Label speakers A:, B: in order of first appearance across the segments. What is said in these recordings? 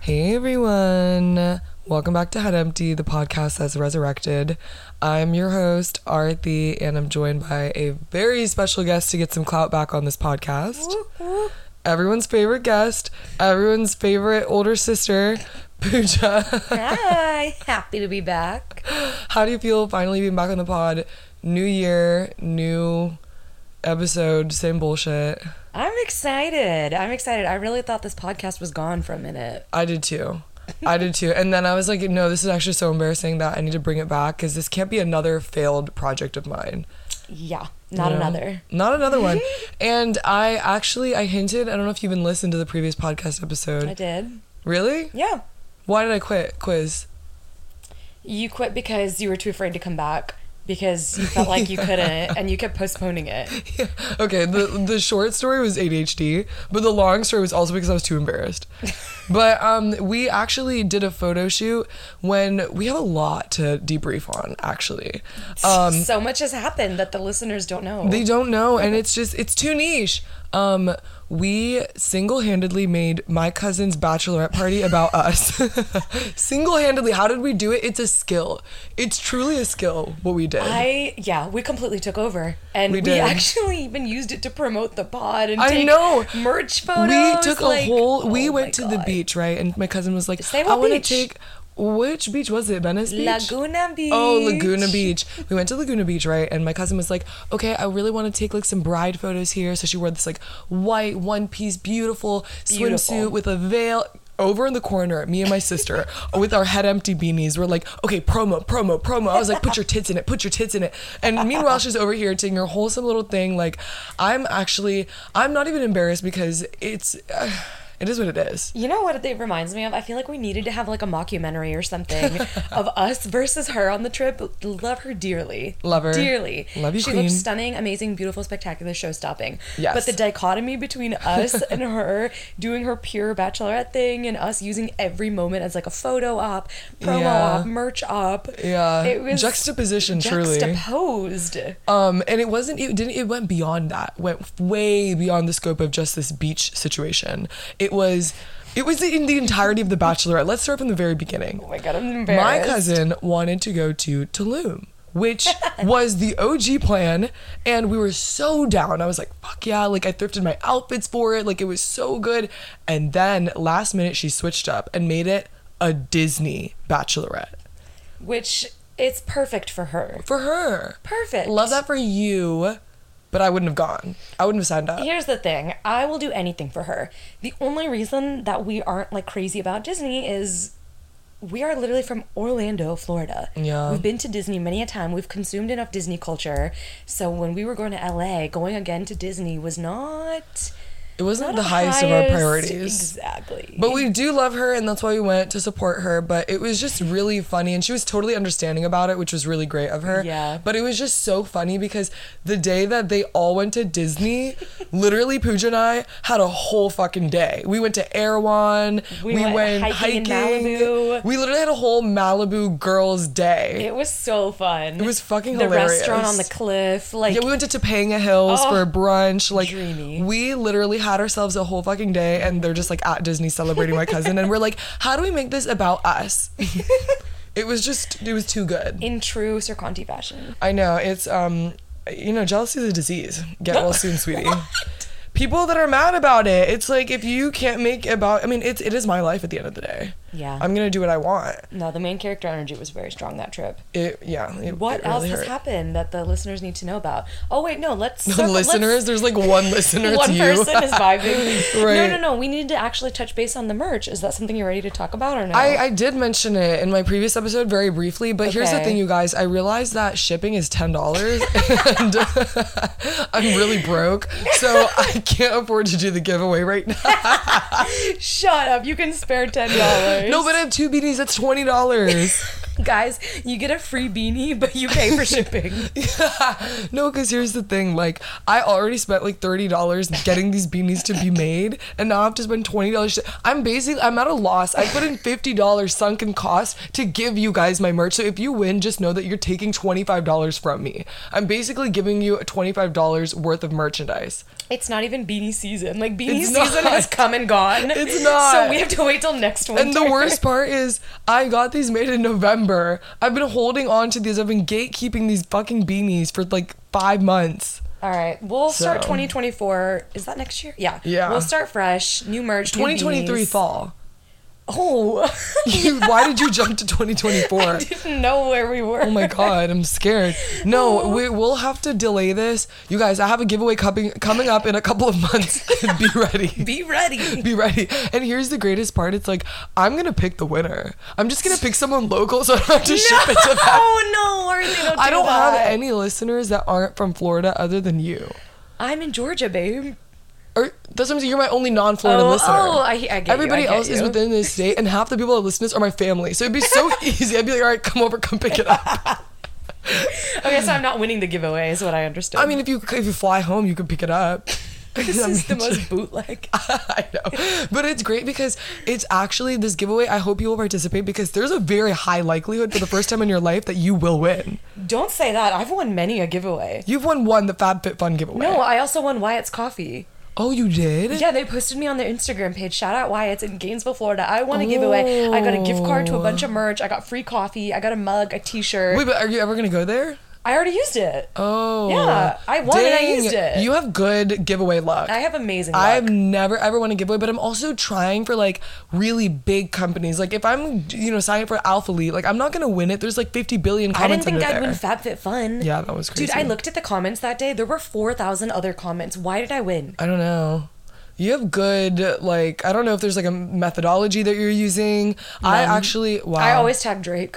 A: Hey everyone. Welcome back to Head Empty, the podcast that's resurrected. I'm your host, Arthi, and I'm joined by a very special guest to get some clout back on this podcast. Everyone's favorite guest, everyone's favorite older sister, Pooja.
B: Hi, happy to be back.
A: How do you feel finally being back on the pod? New year, new episode, same bullshit.
B: I'm excited. I'm excited. I really thought this podcast was gone for a minute.
A: I did too. I did too. And then I was like, no, this is actually so embarrassing that I need to bring it back because this can't be another failed project of mine.
B: Yeah, not
A: you know?
B: another.
A: Not another one. and I actually, I hinted, I don't know if you've even listened to the previous podcast
B: I
A: episode.
B: did.
A: Really?
B: Yeah.
A: Why did I quit? Quiz.
B: You quit because you were too afraid to come back because you felt like you couldn't and you kept postponing it.
A: okay, the, the short story was ADHD, but the long story was also because I was too embarrassed. But um, we actually did a photo shoot when we have a lot to debrief on, actually. Um,
B: so much has happened that the listeners don't know.
A: They don't know, and it's just it's too niche. Um, we single-handedly made my cousin's bachelorette party about us. single-handedly, how did we do it? It's a skill. It's truly a skill what we did. I,
B: I yeah, we completely took over, and
A: We
B: we,
A: did.
B: actually even used it to promote the pod and
A: I
B: take
A: know.
B: merch photos.
A: we took a
B: like-
A: whole. We
B: oh my
A: went to the
B: God.
A: beach, right? And my cousin was like,
B: Say
A: "I
B: what
A: want to
B: beach?"
A: take." Which beach was it? Venice Beach.
B: Laguna Beach.
A: Oh, Laguna Beach. We went to Laguna Beach, right? And my cousin was like, "Okay, I really want to take like some bride photos here." So she wore this like white one-piece, beautiful, swimsuit
B: Beautiful.
A: with a veil. Over in the corner, me and my sister, with our head empty beanies, were like, "Okay, promo, promo, promo." I was like, "Put your tits in it, put your tits in it." And meanwhile, she's over here taking her wholesome little thing. Like, I'm actually, I'm not even embarrassed because it's, it is what it is.
B: You know what it reminds me of? I feel like we needed to have like a mockumentary or something of us versus her on the trip. Love her dearly.
A: Love her.
B: Dearly.
A: Love you,
B: She
A: queen.
B: looks stunning, amazing, beautiful, spectacular, show stopping.
A: Yes.
B: But the dichotomy between us and her doing her pure bachelorette thing and us using every moment as like a photo op, promo
A: Yeah.
B: op, merch op.
A: Yeah,
B: It was
A: juxtaposition, truly.
B: juxtaposed.
A: Um, and it wasn't. It didn't. It went beyond that. Went way beyond the scope of just this beach situation. It was. It was in the entirety of the Bachelorette. Let's start from the very beginning.
B: Oh my god, I'm
A: My
B: embarrassed.
A: cousin wanted to go to Tulum, which was the OG plan, and we were so down. I was like, "Fuck yeah!" Like I thrifted my outfits for it. Like it was so good. And then last minute, she switched up and made it a Disney Bachelorette
B: Which it's perfect for her.
A: for her.
B: Perfect.
A: Love that for you, but I wouldn't have gone. I wouldn't have signed up.
B: Here's the thing. I will do anything for her. The only reason that we aren't like crazy about Disney is we are literally from Orlando, Florida.
A: Yeah.
B: We've been to Disney many a time. We've consumed enough Disney culture. So when we were going to LA, going again to Disney was not
A: It wasn't
B: not
A: the
B: a
A: highest of our
B: highest-
A: priorities.
B: Exactly.
A: But we do love her, and that's why we went to support her. But it was just really funny, and she was totally understanding about it, which was really great of her.
B: Yeah.
A: But it was just so funny because the day that they all went to Disney, literally Pooja and I had a whole fucking day. We went to Erewhon.
B: We went hiking in Malibu.
A: We literally had a whole Malibu girls' day.
B: it was so fun. It
A: was fucking
B: the The restaurant
A: hilarious.
B: on the cliff. Like
A: Yeah, we went to Topanga Hills
B: Oh,
A: for brunch. Like,
B: dreamy.
A: we literally had ourselves a whole fucking day, and they're just like at Disney celebrating my cousin, and we're like, how do we make this about us? it was just, it was too good.
B: in true Cerconti fashion.
A: I know it's, um, you know, jealousy is a disease. Get well soon, sweetie. People that are mad about it, it's like if you can't make about. I mean, it's it is my life at the end of the day.
B: Yeah.
A: I'm gonna do what I want.
B: no, the main character energy was very strong that trip.
A: It yeah. It,
B: What
A: it
B: else
A: really
B: has
A: hurt.
B: happened that the listeners need to know about? Oh wait, no, let's
A: The
B: circle- let's-
A: listeners, there's like one listener.
B: One
A: to
B: person
A: you.
B: is vibing.
A: Right.
B: No, no, no. We need to actually touch base on the merch. Is that something you're ready to talk about or no?
A: I, I did mention it in my previous episode very briefly, but here's the
B: Okay.
A: thing, you guys. I realized that shipping is ten dollars, and I'm really broke, so I can't afford to do the giveaway right now.
B: Shut up. You can spare ten dollars.
A: No, but I have two beanies. That's twenty dollars.
B: guys, you get a free beanie, but you pay for shipping.
A: no, because here's the thing. Like, I already spent like thirty dollars getting these beanies to be made, and now I have to spend twenty dollars. I'm basically I'm at a loss. I put in fifty dollars sunken cost to give you guys my merch. So if you win, just know that you're taking twenty five dollars from me. I'm basically giving you twenty five dollars worth of merchandise.
B: It's not even beanie season. Like beanie
A: It's
B: season
A: not.
B: has come and gone.
A: It's not.
B: So we have to wait till next winter.
A: And the worst part is, I got these made in November. I've been holding on to these. I've been gatekeeping these fucking beanies for like five months.
B: All right, we'll start
A: So.
B: 2024. Is that next year? Yeah.
A: Yeah.
B: We'll start fresh. New merch. new
A: 2023
B: beanies.
A: fall.
B: Oh.
A: You, why did you jump to 2024?
B: I didn't know where we were.
A: Oh my god, I'm scared. No, we, we'll have to delay this. You guys, I have a giveaway coming coming up in a couple of months. Be ready.
B: Be ready.
A: Be ready. And here's the greatest part. It's like I'm gonna pick the winner. I'm just gonna pick someone local, so I don't have to ship it to them.
B: Oh no, Arthur, don't do
A: I don't
B: that.
A: have any listeners that aren't from Florida other than you.
B: I'm in Georgia, babe.
A: Or that's what I'm saying. You're my only non-Florida
B: Oh,
A: listener.
B: oh, I- I get you,
A: Everybody
B: I get
A: else is
B: you.
A: within this state, and half the people that listen to this are my family. So it'd be so easy. I'd be like, all right, come over, come pick it up.
B: Okay, so I'm not winning the giveaway, is what I understood.
A: I mean, if you if you fly home, you can pick it up.
B: this
A: I
B: is the
A: mean,
B: most bootleg.
A: I know, but it's great because it's actually this giveaway. I hope you will participate because there's a very high likelihood for the first time in your life that you will win.
B: Don't say that. I've won many a giveaway.
A: You've won one the FabFitFun giveaway.
B: No, I also won Wyatt's Coffee.
A: Oh, you did?
B: Yeah, they posted me on their Instagram page. Shout out Wyatt's in Gainesville, Florida. I won a giveaway. I got a gift card to a bunch of merch. I got free coffee. I got a mug, a t shirt.
A: Wait, but are you ever gonna go there?
B: I already used it.
A: Oh.
B: Yeah, I won and I
A: Dang,
B: used it.
A: You have good giveaway luck.
B: I have amazing luck.
A: I've never ever won a giveaway, but I'm also trying for like really big companies. Like if I'm you know signing up for Alpha Elite, like I'm not gonna win it. There's like 50 billion
B: I
A: comments
B: didn't think
A: under
B: I'd
A: there.
B: win FabFitFun.
A: Yeah, that was
B: Dude, I
A: crazy.
B: looked at the comments that day. There were 4,000 other comments. Why did I win?
A: I don't know. You have good like I don't know if there's like a methodology that you're using. I actually wow.
B: I always tag Drake.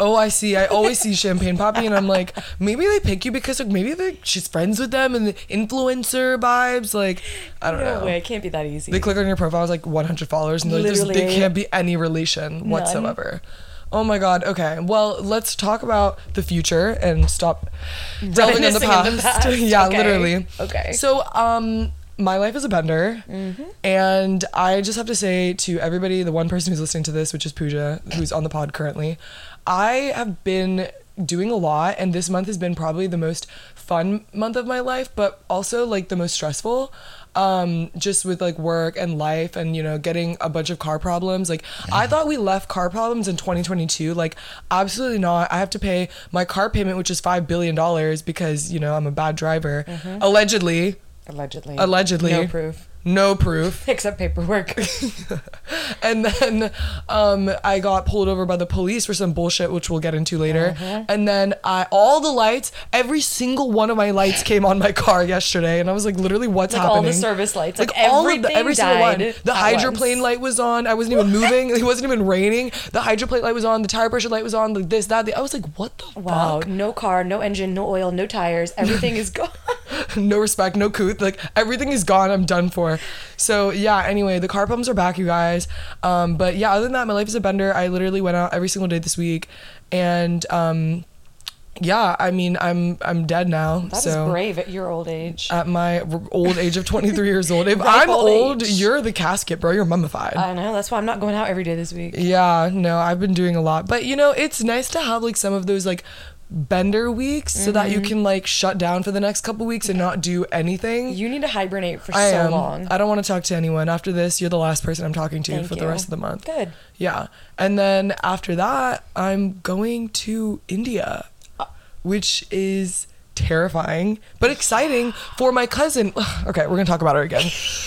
A: oh I see. I always see Champagne Poppy and I'm like maybe they pick you because like maybe they, she's friends with them and the influencer vibes. Like I don't
B: No
A: know.
B: way, it can't be that easy.
A: They click on your profile, it's like 100 followers, and they're like, there's, there
B: Literally.
A: can't be any relation whatsoever. Oh my god. Okay. Well, let's talk about the future and stop delving in the
B: Reminiscing
A: past.
B: in the past.
A: yeah,
B: Okay.
A: literally.
B: Okay. Mm-hmm.
A: So, um, my life is a bender, and I just have to say to everybody, the one person who's listening to this, which is Pooja, who's on the pod currently, I have been doing a lot, and this month has been probably the most fun month of my life, but also like the most stressful. Um, just with like work and life, and you know, getting a bunch of car problems. Like, I thought we left car problems in 2022. Like, absolutely not. I have to pay my car payment, which is five billion dollars, because you know I'm a bad driver, allegedly.
B: Allegedly.
A: Allegedly.
B: Mm-hmm. No proof.
A: No proof.
B: Except paperwork.
A: And then um, I got pulled over by the police for some bullshit, which we'll get into later.
B: Uh-huh.
A: And then I, all the lights, every single one of my lights came on my car yesterday, and I was like, literally, what's
B: Like, all
A: happening?
B: the service lights, like, everything
A: every single one.
B: died
A: The
B: at
A: hydroplane
B: once.
A: light was on. I wasn't even moving. It wasn't even raining. The hydroplane light was on. The tire pressure light was on. Like this, that. The, I was like, what the
B: wow.
A: fuck?
B: No car, no engine, no oil, no tires. Everything is gone.
A: no respect, no cooth. Like everything is gone. I'm done for. So yeah. Anyway, the car problems are back, you guys. Um, but yeah, other than that, my life is a bender. I literally went out every single day this week, and um, yeah. I mean, I'm I'm dead now.
B: That is
A: so.
B: brave at your old age.
A: At my r- old age of 23 years old. If
B: Ripe
A: I'm
B: old
A: old,
B: age. Uh,
A: you're the casket, bro. You're mummified.
B: I know. That's why I'm not going out every day this week.
A: Yeah, no, I've been doing a lot. But you know, it's nice to have like some of those like bender weeks so that you
B: Mm-hmm.
A: can like shut down for the next couple weeks and not do anything.
B: You need to hibernate for
A: I
B: so
A: am.
B: long.
A: I don't want to talk to anyone. After this, you're the last person I'm talking to
B: Thank
A: for the
B: you.
A: rest of the month.
B: Good.
A: Yeah. And then after that, I'm going to India, which is terrifying but exciting for my cousin. Okay, we're going to talk about her again.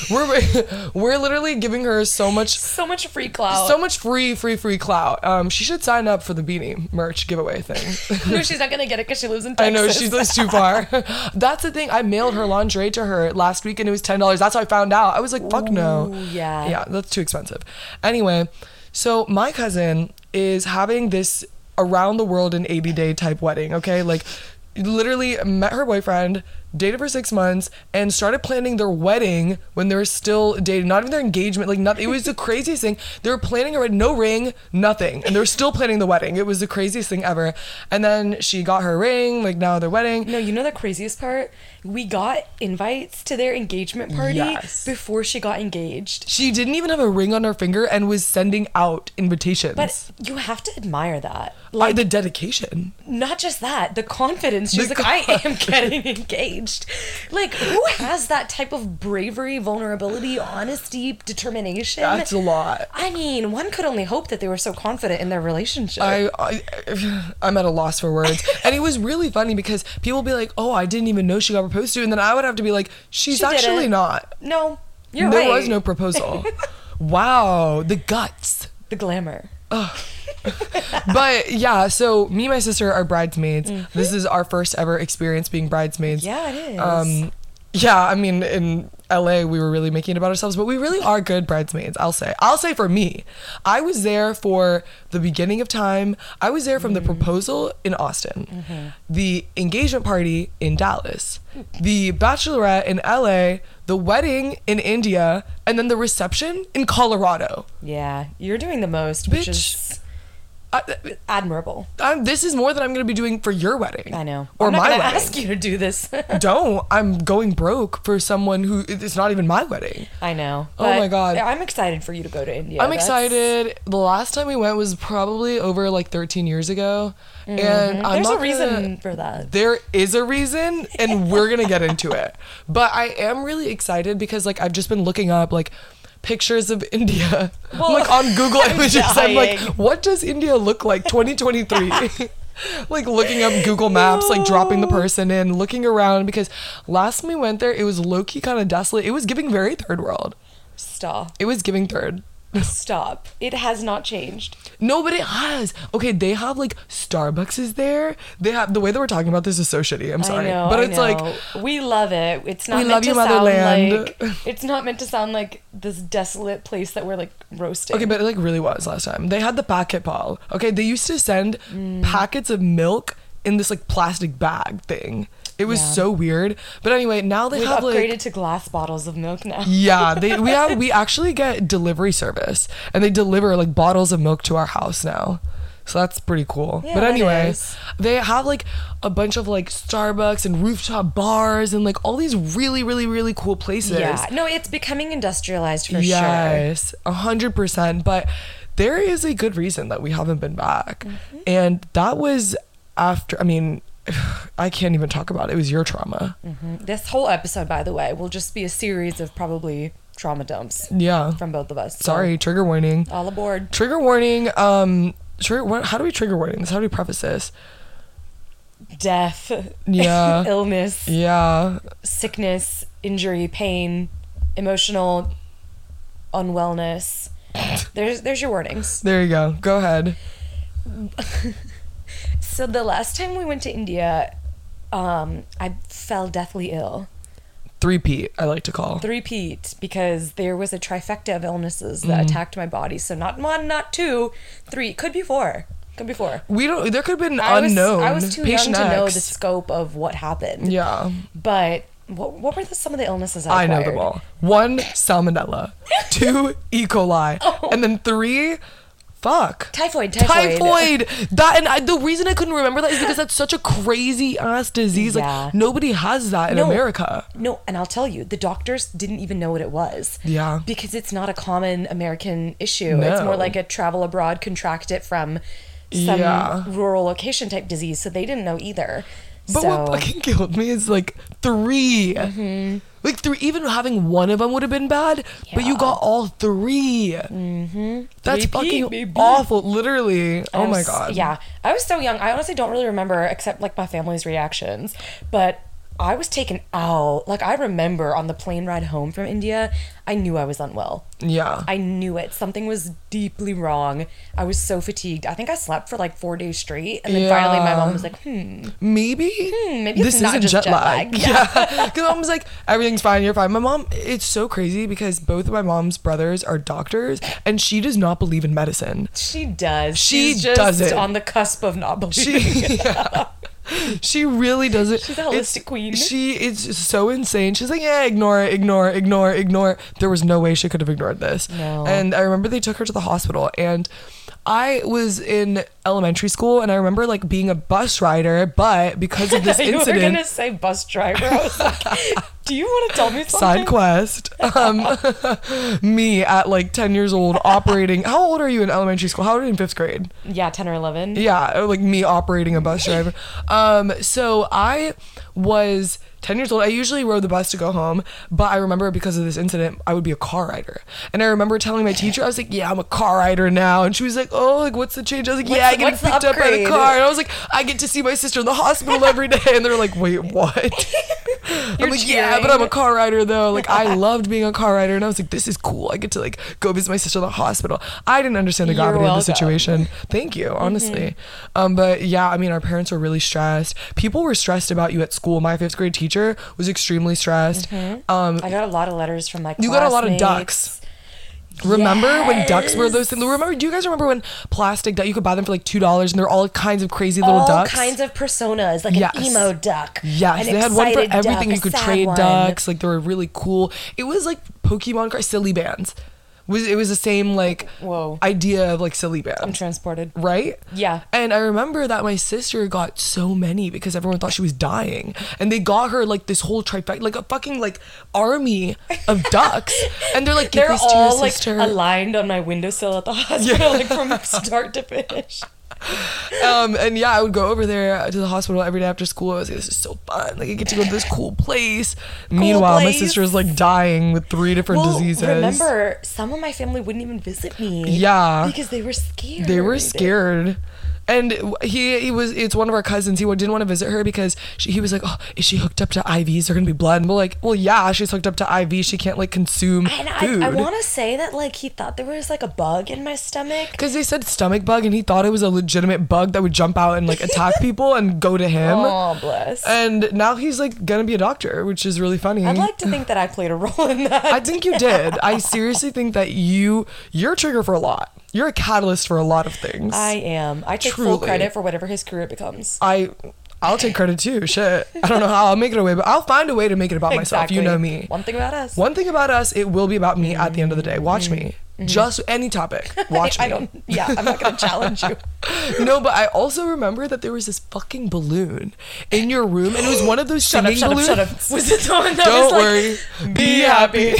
A: we're we're literally giving her so much
B: So much free clout.
A: so much free, free, free clout. Um, she should sign up for the beanie merch giveaway thing.
B: no, she's not gonna get it because she lives in
A: I
B: Texas.
A: know she lives too far. That's the thing. I mailed her lingerie to her last week, and it was ten dollars. That's how I found out. I was like, "Fuck no."
B: Ooh, yeah.
A: Oh, Yeah, that's too expensive. Anyway, so my cousin is having this around the world in eighty day type wedding. Okay, like literally met her boyfriend, dated for six months, and started planning their wedding when they were still dating. Not even their engagement. Like nothing. It was the craziest thing. They were planning a wedding, no ring, nothing, and they were still planning the wedding. It was the craziest thing ever. And then she got her ring. Like now their wedding.
B: No, you know the craziest part? We got invites to their engagement party
A: Yes.
B: before she got engaged.
A: She didn't even have a ring on her finger and was sending out invitations.
B: But you have to admire that.
A: like the dedication.
B: Not just that, the confidence. She's
A: The
B: like, I am
A: confidence.
B: getting engaged. engaged. Like, who has that type of bravery, vulnerability, honesty, determination?
A: That's a lot.
B: I mean, one could only hope that they were so confident in their relationship.
A: I, I I'm at a loss for words. and it was really funny because people would be like, "Oh, I didn't even know she got proposed to," and then I would have to be like, "She's
B: She did
A: actually
B: it.
A: not."
B: no, you're
A: there
B: right.
A: was no proposal. wow, the guts.
B: the glamour.
A: But yeah, so me and my sister are bridesmaids. This is our first ever experience being bridesmaids.
B: Mm-hmm. Yeah, it is.
A: Um, yeah, I mean, in LA, we were really making it about ourselves, but we really are good bridesmaids, I'll say. I'll say for me, I was there for the beginning of time. I was there from the
B: Mm.
A: proposal in Austin,
B: Mm-hmm.
A: the engagement party in Dallas, the bachelorette in LA, the wedding in India, and then the reception in Colorado.
B: yeah, you're doing the most, which
A: Bitch.
B: is
A: I,
B: admirable.
A: I'm, this is more than I'm going to be doing for your wedding.
B: I know.
A: Or
B: I'm not
A: my
B: gonna
A: wedding.
B: ask you to do this.
A: Don't. I'm going broke for someone who it's not even my wedding.
B: I know.
A: Oh my
B: but
A: God.
B: I'm excited for you to go to India.
A: I'm
B: Oh, That's-
A: excited. The last time we went was probably over like 13 years ago, and I'm
B: Mm-hmm. There's
A: not
B: a reason
A: gonna-
B: for that.
A: There is a reason, and we're gonna get into it. But I am really excited because like I've just been looking up like pictures of India, I'm,
B: Well,
A: like on Google
B: I'm
A: Images. I'm like,
B: dying.
A: what does India look like 2023? like looking up Google Maps, like dropping the person in, looking around because last time we went there, it was low key kind of desolate. It was giving very third world.
B: Stop.
A: It was giving third.
B: Stop. It has not changed.
A: No, but it has. Okay, they have like Starbucks is there. They have the way that we're talking about this is so shitty. I'm sorry,
B: I know.
A: but
B: I
A: it's like
B: know. we love it. It's not
A: We
B: meant
A: love
B: to
A: you,
B: sound
A: motherland.
B: like it's not meant to sound like this desolate place that we're like roasting.
A: okay, but it like really was last time. They had the packet ball. Okay, they used to send
B: Mm.
A: packets of milk in this like plastic bag thing. It was
B: Yeah.
A: so weird. But anyway, now they
B: We've
A: have like
B: upgraded to glass bottles of milk now.
A: yeah, they we have we actually get delivery service and they deliver like bottles of milk to our house now. So that's pretty cool.
B: Yeah,
A: but
B: that
A: anyway,
B: is.
A: they have like a bunch of like Starbucks and rooftop bars and like all these really really really cool places.
B: Yeah. No, it's becoming industrialized for sure.
A: Yes, a hundred percent. But there is a good reason that we haven't been back,
B: Mm-hmm.
A: and that was after. I mean, I can't even talk about it. It was your trauma.
B: Mm-hmm. This whole episode, by the way, will just be a series of probably trauma dumps
A: Yeah.
B: from both of us. So,
A: Sorry, trigger warning.
B: all aboard.
A: Trigger warning. Um, trigger. What, how do we trigger warning this? How do we preface this?
B: Death.
A: Yeah.
B: illness.
A: Yeah,
B: sickness, injury, pain, emotional unwellness. There's there's your warnings.
A: there you go. Go ahead.
B: So the last time we went to India, um, I fell deathly ill.
A: Three P. I like to call.
B: Three peat because there was a trifecta of illnesses that
A: Mm.
B: attacked my body. So not one, not two, three. Could be four. Could be four.
A: We don't. There could have been
B: I was-
A: unknown.
B: I was too young
A: patient
B: to know the
A: X.
B: scope of what happened.
A: Yeah,
B: But what, what were the, some of the illnesses I
A: I know them
B: acquired?
A: all. One, salmonella. Two, E. coli. And then three, fuck.
B: Oh. Typhoid, typhoid.
A: Typhoid. That and I, the reason I couldn't remember that is because that's such a crazy ass disease.
B: Yeah.
A: Like nobody has that in
B: No.
A: America.
B: No, and I'll tell you, the doctors didn't even know what it was.
A: Yeah.
B: Because it's not a common American issue. It's
A: No.
B: more like a travel abroad, contract it from some
A: Yeah.
B: rural location type disease. So they didn't know either.
A: But
B: so Mm-hmm.
A: what fucking killed me is like 3 Like three, even having one of them would have been bad, but you
B: Yeah.
A: got all 3 Mm-hmm. That's
B: Three P,
A: fucking
B: baby.
A: awful. Literally.
B: I
A: oh my
B: was-
A: god.
B: Yeah. I was so young. I honestly don't really remember except like my family's reactions. But I was taken out. Like I remember on the plane ride home from India, I knew I was unwell.
A: Yeah.
B: I knew it. Something was deeply wrong. I was so fatigued. I think I slept for like four days straight. And then finally my
A: Yeah.
B: mom was like, hmm,
A: maybe,
B: maybe it's not just jet lag.
A: Yeah, because mom's like, everything's fine, you're fine. My mom, it's so crazy because both of my mom's brothers are doctors, and she does not believe in medicine.
B: she does.
A: She
B: She's just
A: does it.
B: on the cusp of not believing.
A: She, yeah. she really does it.
B: She's a holistic queen.
A: She is so insane. She's like, yeah, ignore it, ignore it, ignore it, ignore it. There was no way she could have ignored this.
B: No.
A: And I remember they took her to the hospital, and I was in elementary school, and I remember like being a bus rider, but because of this
B: you
A: incident,
B: were gonna say bus driver. I was like, do you want to tell me something?
A: Side quest. Um, me at like 10 years old operating. How old are you in elementary school? How old are you in fifth grade?
B: Yeah, ten or eleven.
A: uh, Yeah, or, like me operating a bus driver. Um, so I was 10 years old. I usually rode the bus to go home, but I remember because of this incident, I would be a car rider. And I remember telling my teacher, I was like, yeah, I'm a car rider now. And she was like, oh, like, what's the change? I was like, yeah, I
B: What's-
A: get
B: what's the
A: picked up by the
B: upgrade?
A: car. And I was like, I get to see my sister in the hospital every day. And they're like, wait, what? I'm
B: You're
A: like, yeah, but
B: cheering.
A: I'm a car rider though. Like, I loved being a car rider. And I was like, this is cool. I get to like go visit my sister in the hospital. I didn't understand the
B: You're
A: gravity of the
B: welcome.
A: situation situation. Thank
B: Mm-hmm.
A: you, honestly. Um, but yeah, I mean, our parents were really stressed. People were stressed about you at school. My fifth grade teacher was extremely stressed. Um,
B: I got a lot of letters from my
A: you got a lot of
B: Mm-hmm. classmates.
A: ducks. Remember when ducks were those things? Remember? Do you guys remember when plastic duck you could buy them for like two dollars and they're all kinds of crazy little
B: all
A: ducks?
B: kinds of personas, like
A: Yes.
B: an emo duck.
A: Yes,
B: an
A: they had one for
B: excited duck,
A: everything.
B: a
A: you could
B: sad
A: trade
B: one.
A: ducks. Like they were really cool. It was like Pokemon cards, silly bands. Was it was the same like
B: Whoa.
A: idea of like silly bands?
B: I'm transported.
A: right?
B: Yeah.
A: And I remember that my sister got so many because everyone thought she was dying, and they got her like this whole trifecta, like a fucking like army of ducks, and they're like, "Give
B: They're
A: this to
B: all
A: your
B: like
A: sister."
B: aligned on my windowsill at the hospital, like from start to finish.
A: um, and yeah, I would go over there to the hospital every day after school. I was like, "This is so fun! Like, I get to go to this cool place." Meanwhile, my
B: place.
A: sister is like dying with three different
B: Well,
A: diseases.
B: remember, some of my family wouldn't even visit me.
A: Yeah.
B: because they were scared.
A: They were scared. And he he was it's one of our cousins. He didn't want to visit her because she, he was like, "Oh, is she hooked up to IVs? They're gonna be blood." And we're like, "Well, yeah, she's hooked up to IV. She can't like consume
B: And
A: food."
B: I, I want to say that like he thought there was like a bug in my stomach.
A: because they said stomach bug, and he thought it was a legitimate bug that would jump out and like attack people and go to him.
B: Oh, bless.
A: And now he's like gonna be a doctor, which is really funny.
B: I'd like to think that I played a role in that.
A: I think you did. I seriously think that you you're a trigger for a lot. You're a catalyst for a lot of things.
B: I am. I take full
A: Truly.
B: credit for whatever his career becomes.
A: I I'll take credit too. Shit. I don't know how I'll make it away, but I'll find a way to make it about myself. You know me.
B: One thing about us.
A: One thing about us, it will be about me at the end of the day. Watch me. Just any topic. Watch me.
B: Mm-hmm. I don't. Yeah, I'm not gonna challenge you.
A: no, but I also remember that there was this fucking balloon in your room, and it was one of those
B: Shut up!
A: singing
B: Shut up!
A: balloons.
B: Shut up! Was it the one that
A: Don't
B: was like,
A: worry.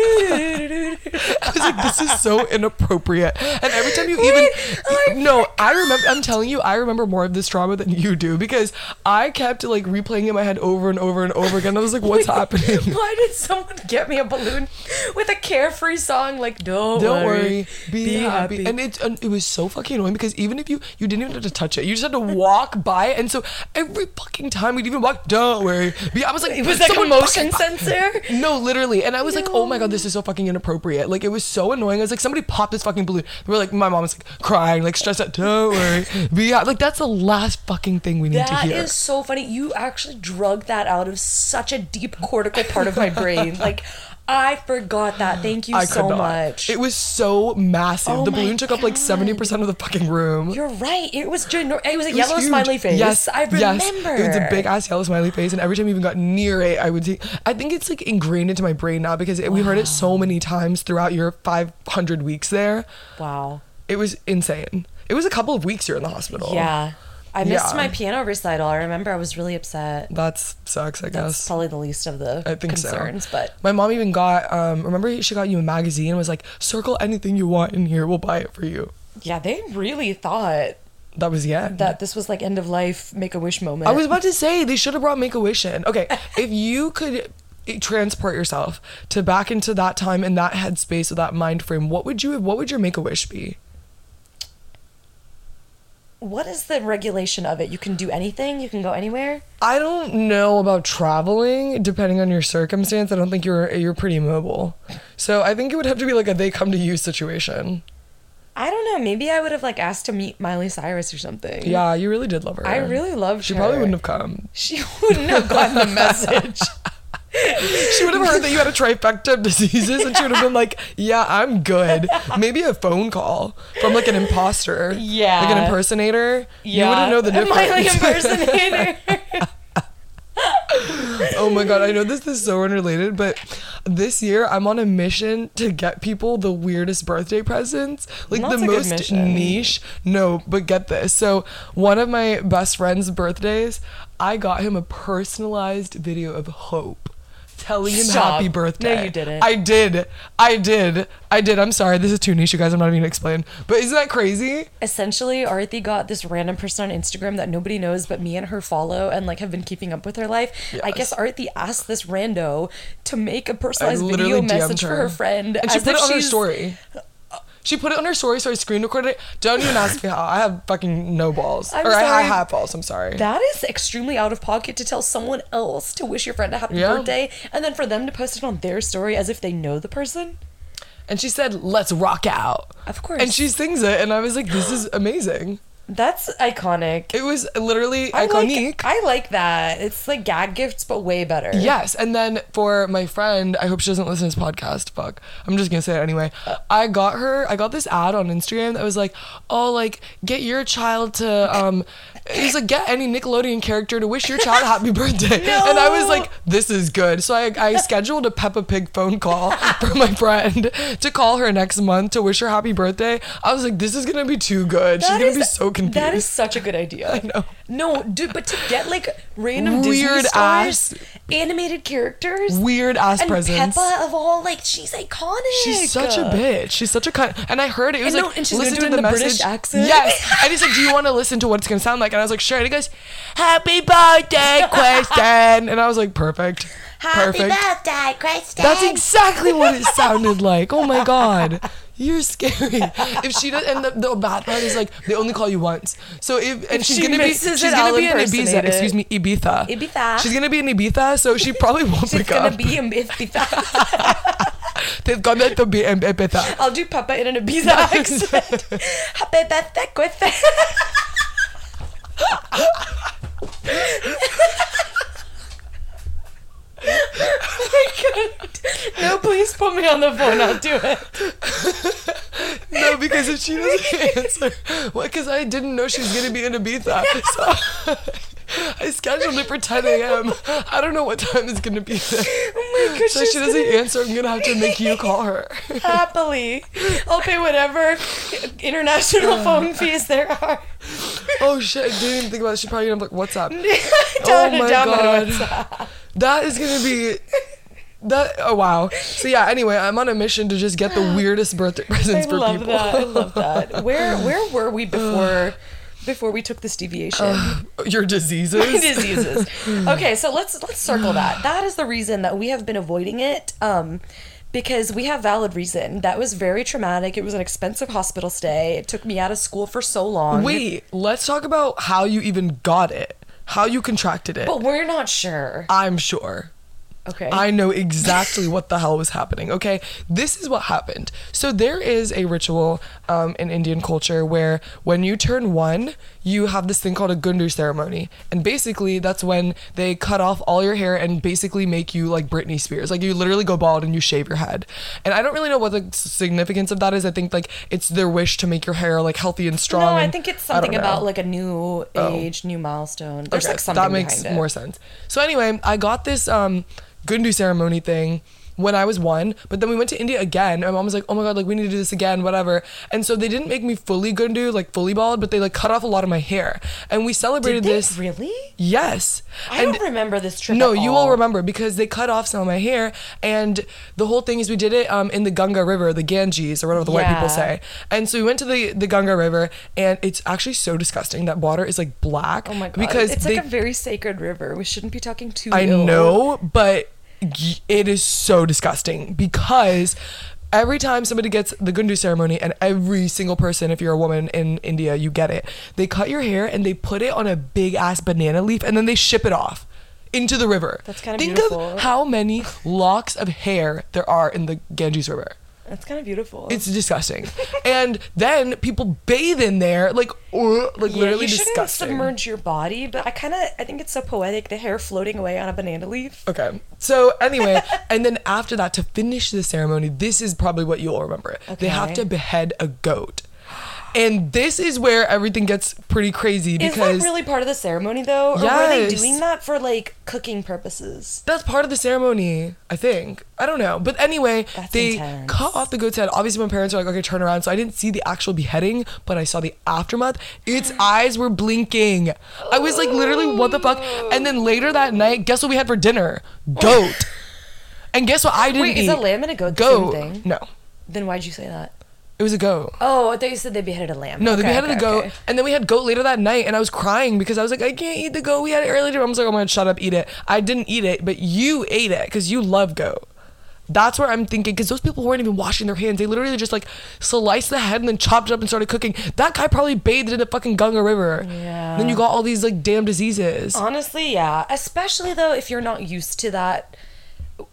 A: Be I was like, this is so inappropriate. And every time you even no, I remember. I'm telling you, I remember more of this trauma than you do because I kept like replaying it in my head over and over and over again. I was like, what's happening?
B: Why did someone get me a balloon with a carefree song like "Don't,
A: Don't worry, be,
B: be,
A: happy.
B: happy"?
A: And it and it was so fucking annoying because even if you you didn't even have to touch it, you just had to walk by. it. And so every fucking time we'd even walk, don't worry. Be, I was like,
B: it was like a
A: someone
B: motion
A: fucking-
B: sensor.
A: No, literally. And I was like, oh my God, this is so fucking inappropriate. Like, it was so annoying. I was like, somebody popped this fucking balloon. They were like, my mom was like crying, like stressed out. Don't worry. But yeah, like, that's the last fucking thing we need to
B: That
A: hear.
B: is so funny. You actually drug that out of such a deep cortical part of my brain. Like I forgot that. Thank you
A: I could
B: so
A: not.
B: much.
A: It was so massive.
B: Oh
A: the
B: my
A: balloon took up like
B: God.
A: 70% of the fucking room.
B: You're right. It was genor- It was a
A: It was
B: yellow
A: huge.
B: smiley face.
A: Yes,
B: I remember.
A: yes. It was a big ass yellow smiley face, and every time we even got near it, I would see. I think it's like ingrained into my brain now because it, we heard it so many times throughout your 500 weeks there.
B: Wow.
A: It was insane. It was a couple of weeks you're in the hospital.
B: Yeah. I missed
A: Oh. Yeah.
B: my piano recital. I remember I was really upset.
A: That sucks, I
B: That's
A: guess.
B: probably the least of the
A: I think so.
B: concerns, but
A: My mom even got, um, remember she got you a magazine and was like, circle anything you want in here, we'll buy it for you.
B: yeah, they really thought
A: That was the end.
B: that this was like end of life make a wish moment.
A: I was about to say they should have brought Make a Wish in. Okay, if you could transport yourself to back into that time in that headspace or that mind frame, what would you what would your Make a Wish be?
B: what is the regulation of it? You can do anything, you can go anywhere.
A: I don't know about traveling. Depending on your circumstance, I don't think you're you're pretty mobile. So I think it would have to be like a they come to you situation.
B: I don't know. Maybe I would have like asked to meet Miley Cyrus or something.
A: Yeah, you really did love her.
B: I really loved
A: She
B: her.
A: probably wouldn't have come.
B: She wouldn't have gotten the message.
A: She would have heard that you had a trifecta of diseases, and she would have been like, "Yeah, I'm good." Maybe a phone call from like an imposter,
B: Yeah.
A: like an impersonator. you wouldn't know the
B: A Miley
A: difference.
B: impersonator.
A: oh my god, I know this is so unrelated, but this year I'm on a mission to get people the weirdest birthday presents, like
B: That's
A: the
B: a good
A: most
B: mission.
A: niche. No, but get this. So one of my best friend's birthdays, I got him a personalized video of Hope. telling him
B: Stop.
A: happy
B: No,
A: birthday.
B: you didn't.
A: I did. I did. I did. I'm sorry. This is too niche, you guys. I'm not even gonna explain. But isn't that crazy?
B: essentially Arthi got this random person on Instagram that nobody knows but me and her follow and like have been keeping up with her life. I guess Arthi asked this rando to make a personalized video
A: DM'd
B: message for her friend.
A: and she
B: as
A: put
B: if
A: it on her
B: she's-
A: story. She put it on her story, so I screen recorded it. Don't even ask me how. I have fucking no balls,
B: I'm
A: or I
B: sorry.
A: have balls. I'm sorry.
B: That is extremely out of pocket to tell someone else to wish your friend a happy
A: Yeah.
B: birthday and then for them to post it on their story as if they know the person.
A: and she said, "Let's rock out."
B: Of course.
A: And she sings it, and I was like, "This is amazing."
B: That's iconic.
A: It was literally
B: I
A: iconic.
B: Like, I like that. It's like gag gifts, but way better.
A: Yes, and then for my friend, I hope she doesn't listen to this podcast. Fuck, I'm just gonna say it anyway. I got her. I got this ad on Instagram that was like, "Oh, like get your child to um." It was like get any Nickelodeon character to wish your child a happy birthday, and I was like, "This is good." So I I scheduled a Peppa Pig phone call for my friend to call her next month to wish her happy birthday. I was like, "This is gonna be too good. She's
B: That
A: gonna
B: is-
A: be so confused."
B: That is such a good idea. I
A: know.
B: No, dude, but to get like random Weird
A: Weird
B: Disney
A: ass-
B: ass animated characters.
A: weird ass
B: and
A: presents.
B: Peppa of all, like she's iconic.
A: She's such a bitch. She's such a cunt. And I heard it. It was
B: And
A: like,
B: no- and she's gonna
A: listen
B: do
A: to
B: it
A: the,
B: in the
A: message.
B: British accent.
A: Yes. And he said, Do you want to listen to what it's going to sound like? And I was like, Sure. And he goes, Happy birthday, Kristen. And I was like, Perfect. Perfect.
B: birthday, Kristen.
A: That's exactly what it sounded like. Oh my God. You're scary. If she does, and the, the bad part is like they only call you once. So if and she's
B: she
A: gonna be
B: misses
A: she's
B: it,
A: gonna
B: I'll
A: be in Ibiza.
B: impersonate it.
A: Excuse me, Ibiza.
B: Ibiza.
A: She's gonna be in Ibiza, so she probably won't
B: She's
A: pick
B: gonna
A: up.
B: be a Ibiza.
A: They've got that to be in Ibiza.
B: I'll do Peppa in an Ibiza accent. Happy birthday, Kristen. oh my god. No, please put me on the phone. I'll do it.
A: No, because if she doesn't answer, what? Because I didn't know she was gonna be in Ibiza, so I scheduled it for 10 a.m. I don't know what time it's gonna be there.
B: Oh my gosh.
A: So if she doesn't answer, I'm gonna have to make you call her.
B: happily. I'll pay whatever international phone fees there are.
A: Oh shit! I didn't even think about it. She probably gonna be like WhatsApp.
B: Down
A: oh my
B: down
A: god,
B: website.
A: that is gonna be. That oh wow. So yeah. Anyway, I'm on a mission to just get the weirdest birthday presents
B: I
A: for
B: love
A: people.
B: that. I love that. Where where were we before before we took this deviation?
A: Um, Your diseases.
B: diseases. Okay, so let's let's circle that. That is the reason that we have been avoiding it. Um because we have valid reason. That was very traumatic. It was an expensive hospital stay. It took me out of school for so long.
A: Wait. Let's talk about how you even got it. How you contracted it.
B: but we're not sure.
A: I'm sure.
B: Okay.
A: I know exactly what the hell was happening. Okay, this is what happened. So there is a ritual um, in Indian culture where when you turn one, you have this thing called a gundu ceremony, and basically that's when they cut off all your hair and basically make you like Britney Spears. Like you literally go bald and you shave your head. And I don't really know what the significance of that is. I think like it's their wish to make your hair like healthy and strong.
B: no, I
A: and-
B: think it's
A: I don't
B: something
A: know. Oh.
B: about like a new age, new milestone. There's
A: Okay,
B: like something
A: that makes
B: behind it.
A: more sense. So anyway, I got this um Gundu ceremony thing when I was one, but then we went to India again. My mom was like, "Oh my god, like we need to do this again, whatever." And so they didn't make me fully Gundu, like fully bald, but they like cut off a lot of my hair, and we celebrated
B: Did they
A: this.
B: really?
A: Yes,
B: I
A: and
B: don't remember this trip.
A: no,
B: at
A: you
B: all.
A: will remember because they cut off some of my hair, and the whole thing is we did it um, in the Ganga River, the Ganges, or whatever the white people
B: Yeah.
A: say. And so we went to the, the Ganga River, and it's actually so disgusting. That water is like black.
B: Oh my god!
A: Because
B: it's
A: they,
B: like a very sacred river. We shouldn't be talking too.
A: I
B: ill.
A: know, but y- it is so disgusting because every time somebody gets the Gundu ceremony, and every single person, if you're a woman in India, you get it, they cut your hair and they put it on a big ass banana leaf and then they ship it off into the river.
B: That's kinda
A: Think
B: beautiful.
A: of how many locks of hair there are in the Ganges River.
B: That's kind of beautiful.
A: It's disgusting. and then people bathe in there, like, or, like
B: Yeah,
A: literally
B: you shouldn't
A: disgusting.
B: submerge your body, but I kind of I think it's so poetic. The hair floating away on a banana leaf.
A: Okay. So anyway, and then after that, to finish the ceremony, this is probably what you'll remember. They have
B: Okay.
A: to behead a goat, and this is where everything gets pretty crazy
B: Is that
A: because
B: really part of the ceremony though, or were they
A: Yes.
B: doing that for like cooking purposes?
A: that's part of the ceremony. I think I don't know, but anyway,
B: That's
A: they
B: intense.
A: cut off the goat's head. Obviously, my parents were like, "Okay, turn around." So I didn't see the actual beheading, but I saw the aftermath. Its eyes were blinking. I was like, literally, what the fuck? And then later that night, guess what we had for dinner? Goat. And guess what? I didn't
B: Wait,
A: eat.
B: is a lamb and a goat the
A: goat.
B: same thing?
A: No,
B: Then why'd you say that?
A: it was a goat.
B: Oh, I thought you said they beheaded a lamb.
A: No, they
B: Okay,
A: beheaded
B: okay,
A: the goat,
B: okay.
A: and then we had goat later that night, and I was crying because I was like, I can't eat the goat. We had it earlier. I was like, oh my god, shut up, eat it. I didn't eat it, but you ate it because you love goat. That's where I'm thinking because those people weren't even washing their hands. They literally just like sliced the head and then chopped it up and started cooking. That guy probably bathed in the fucking Gunga River.
B: Yeah. Oh,
A: Then you got all these like damn diseases.
B: Honestly, yeah. Especially though, if you're not used to that,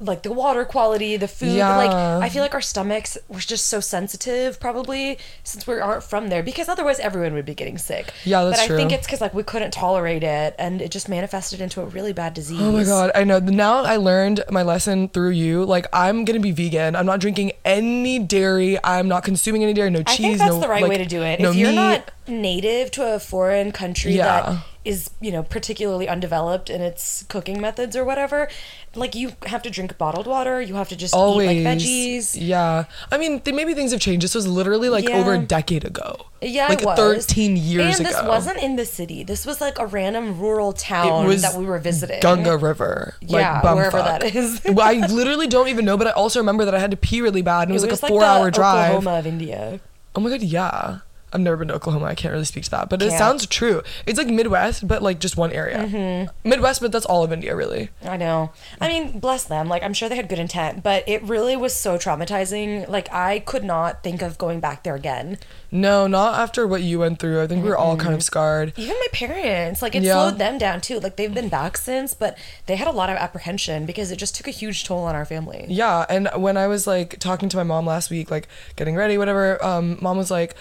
B: like the water quality, the food. Like
A: Yeah.
B: I feel like our stomachs were just so sensitive, probably since we aren't from there, because otherwise everyone would be getting sick.
A: Yeah, that's
B: But I think
A: true.
B: it's because like we couldn't tolerate it, and it just manifested into a really bad disease.
A: Oh my god, I know. Now I learned my lesson through you. Like I'm gonna be vegan. I'm not drinking any dairy. I'm not consuming any dairy. No cheese.
B: I think that's
A: no,
B: the right
A: like,
B: way to do it.
A: No
B: if you're
A: meat.
B: not native to a foreign country
A: Yeah.
B: that is, you know, particularly undeveloped in its cooking methods or whatever, like you have to drink bottled water, you have to just
A: always
B: eat like veggies.
A: Yeah, I mean, th- maybe things have changed. This was literally like
B: Yeah.
A: over a decade ago.
B: Yeah,
A: like
B: it was.
A: 13 years
B: and
A: ago.
B: this wasn't in the city. This was like a random rural town
A: was
B: that we were visiting.
A: Gunga River, like
B: Yeah,
A: bumfuck.
B: wherever that is.
A: Well, I literally don't even know, but I also remember that I had to pee really bad, and it was,
B: It
A: like
B: was
A: a four-hour
B: the
A: drive.
B: Oklahoma of India.
A: Oh my god, yeah. I've never been to Oklahoma. I can't really speak to that, but it
B: Can't.
A: sounds true. It's like Midwest, but like just one area. Mm-hmm. Midwest, but that's all of India, really.
B: I know. I mean, bless them. Like, I'm sure they had good intent, but it really was so traumatizing. Like, I could not think of going back there again.
A: No, not after what you went through. I think we were all kind of
B: Mm-hmm.
A: scarred.
B: even my parents like it
A: Yeah.
B: slowed them down too like they've been back since but they had a lot of apprehension because it just took a huge toll on our family
A: Yeah, and when I was like talking to my mom last week, like getting ready, whatever, um, mom was like,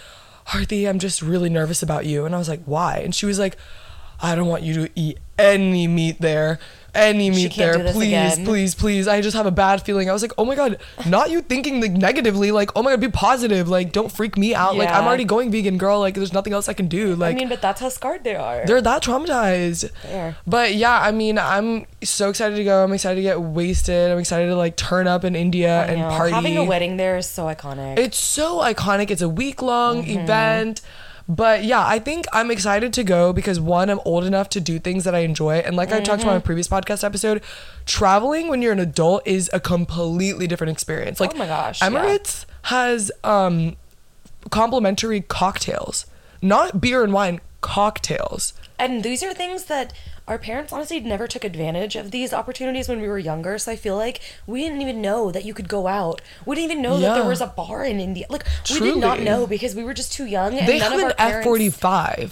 A: Harthy, I'm just really nervous about you. And I was like, why? And she was like, I don't want you to eat any meat there. Any meat
B: can't do
A: there.
B: this
A: Please,
B: again.
A: please, please. I just have a bad feeling. I was like, oh my God, not you thinking like negatively, like, oh my God, be positive. Like, don't freak me out. Like, I'm
B: Yeah.
A: already going vegan, girl. Like, there's nothing else I can do. Like,
B: i mean but that's how scarred they are
A: they're that traumatized.
B: are.
A: But yeah, I mean, I'm so excited to go. I'm excited to get wasted. I'm excited to like turn up in India
B: You
A: and
B: know,
A: party.
B: having a wedding there is so iconic
A: It's so iconic. It's a week long
B: Mm-hmm.
A: event. But yeah, I think I'm excited to go because one, I'm old enough to do things that I enjoy. And like I talked about
B: Mm-hmm.
A: in a previous podcast episode, traveling when you're an adult is a completely different experience. Like
B: Oh my gosh, yeah.
A: Emirates has um complimentary cocktails. Not beer and wine, cocktails.
B: and these are things that our parents honestly never took advantage of these opportunities when we were younger so i feel like we didn't even know that you could go out we didn't even know that
A: Yeah.
B: there was a bar in india like we did not
A: Truly.
B: know because we were just too young and
A: They
B: none
A: have
B: of
A: an
B: our parents,
A: F45.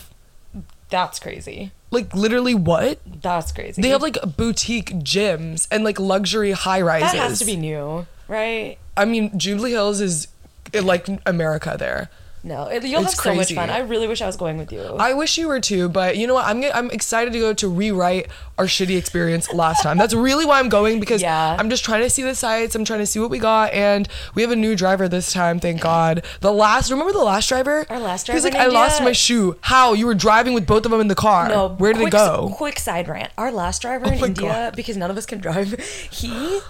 B: that's crazy
A: Like literally what?
B: that's crazy
A: They have like boutique gyms and like luxury high rises.
B: that has to be new right
A: I mean, Jubilee Hills is eh, like America there.
B: No, it, you'll
A: It's
B: have so
A: crazy.
B: much fun. I really wish I was going with you.
A: I wish you were too, but you know what? I'm ge- I'm excited to go to rewrite our shitty experience last time. That's really why I'm going because
B: Yeah.
A: I'm just trying to see the sights. I'm trying to see what we got, and we have a new driver this time. Thank God. The last, remember the last driver?
B: Our last
A: He's
B: driver
A: like,
B: in
A: I lost
B: India?"
A: my shoe. How? You were driving with both of them in the car.
B: no,
A: Where did
B: quick,
A: it go? Oh
B: Quick side rant. Our last driver in
A: my
B: India,
A: God.
B: because none of us can drive, he